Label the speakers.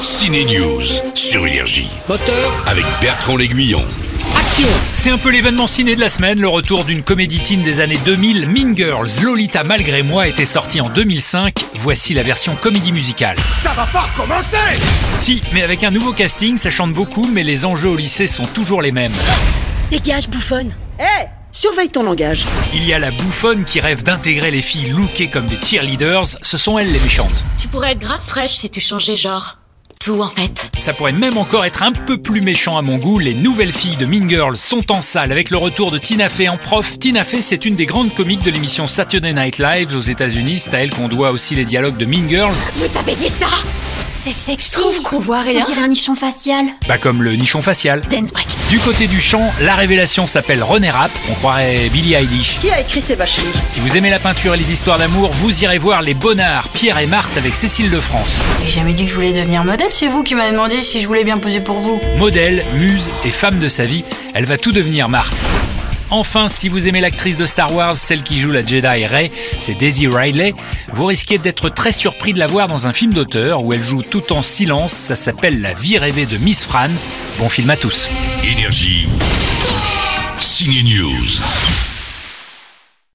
Speaker 1: Ciné News sur Énergie
Speaker 2: Moteur,
Speaker 1: avec Bertrand L'Aiguillon.
Speaker 2: action
Speaker 3: C'est un peu l'événement ciné de la semaine, le retour d'une comédie teen des années 2000, Mean Girls, Lolita malgré moi était sortie en 2005, voici la version comédie musicale.
Speaker 4: Ça va pas recommencer
Speaker 3: Si, mais avec un nouveau casting, ça chante beaucoup, mais les enjeux au lycée sont toujours les mêmes.
Speaker 5: Dégage, bouffonne.
Speaker 6: Eh Surveille ton langage.
Speaker 3: Il y a la bouffonne qui rêve d'intégrer les filles lookées comme des cheerleaders, ce sont elles les méchantes.
Speaker 5: Tu pourrais être grave fraîche si tu changeais genre. Tout en fait.
Speaker 3: Ça pourrait même encore être un peu plus méchant à mon goût. Les nouvelles filles de Mean Girls sont en salle avec le retour de Tina Fey en prof. Tina Fey, c'est une des grandes comiques de l'émission Saturday Night Live aux États-Unis. C'est à elle qu'on doit aussi les dialogues de Mean Girls,
Speaker 5: Vous avez vu ça C'est sexy. Je trouve qu'on voit
Speaker 7: On dirait un nichon facial.
Speaker 3: bah comme le nichon facial.
Speaker 5: Dance break.
Speaker 3: Du côté du chant, la révélation s'appelle René Rapp. On croirait Billie Eilish.
Speaker 6: Qui a écrit ces vacheries
Speaker 3: Si vous aimez la peinture et les histoires d'amour, vous irez voir Les Bonnards, Pierre et Marthe avec Cécile de France.
Speaker 8: J'ai jamais dit que je voulais devenir modèle, c'est vous qui m'avez demandé si je voulais bien poser pour vous.
Speaker 3: Modèle, muse et femme de sa vie, elle va tout devenir Marthe. Enfin, si vous aimez l'actrice de Star Wars, celle qui joue la Jedi Rey, c'est Daisy Ridley, vous risquez d'être très surpris de la voir dans un film d'auteur où elle joue tout en silence, ça s'appelle La vie rêvée de Miss Fran. Bon film à tous.
Speaker 1: Énergie. Ciné News.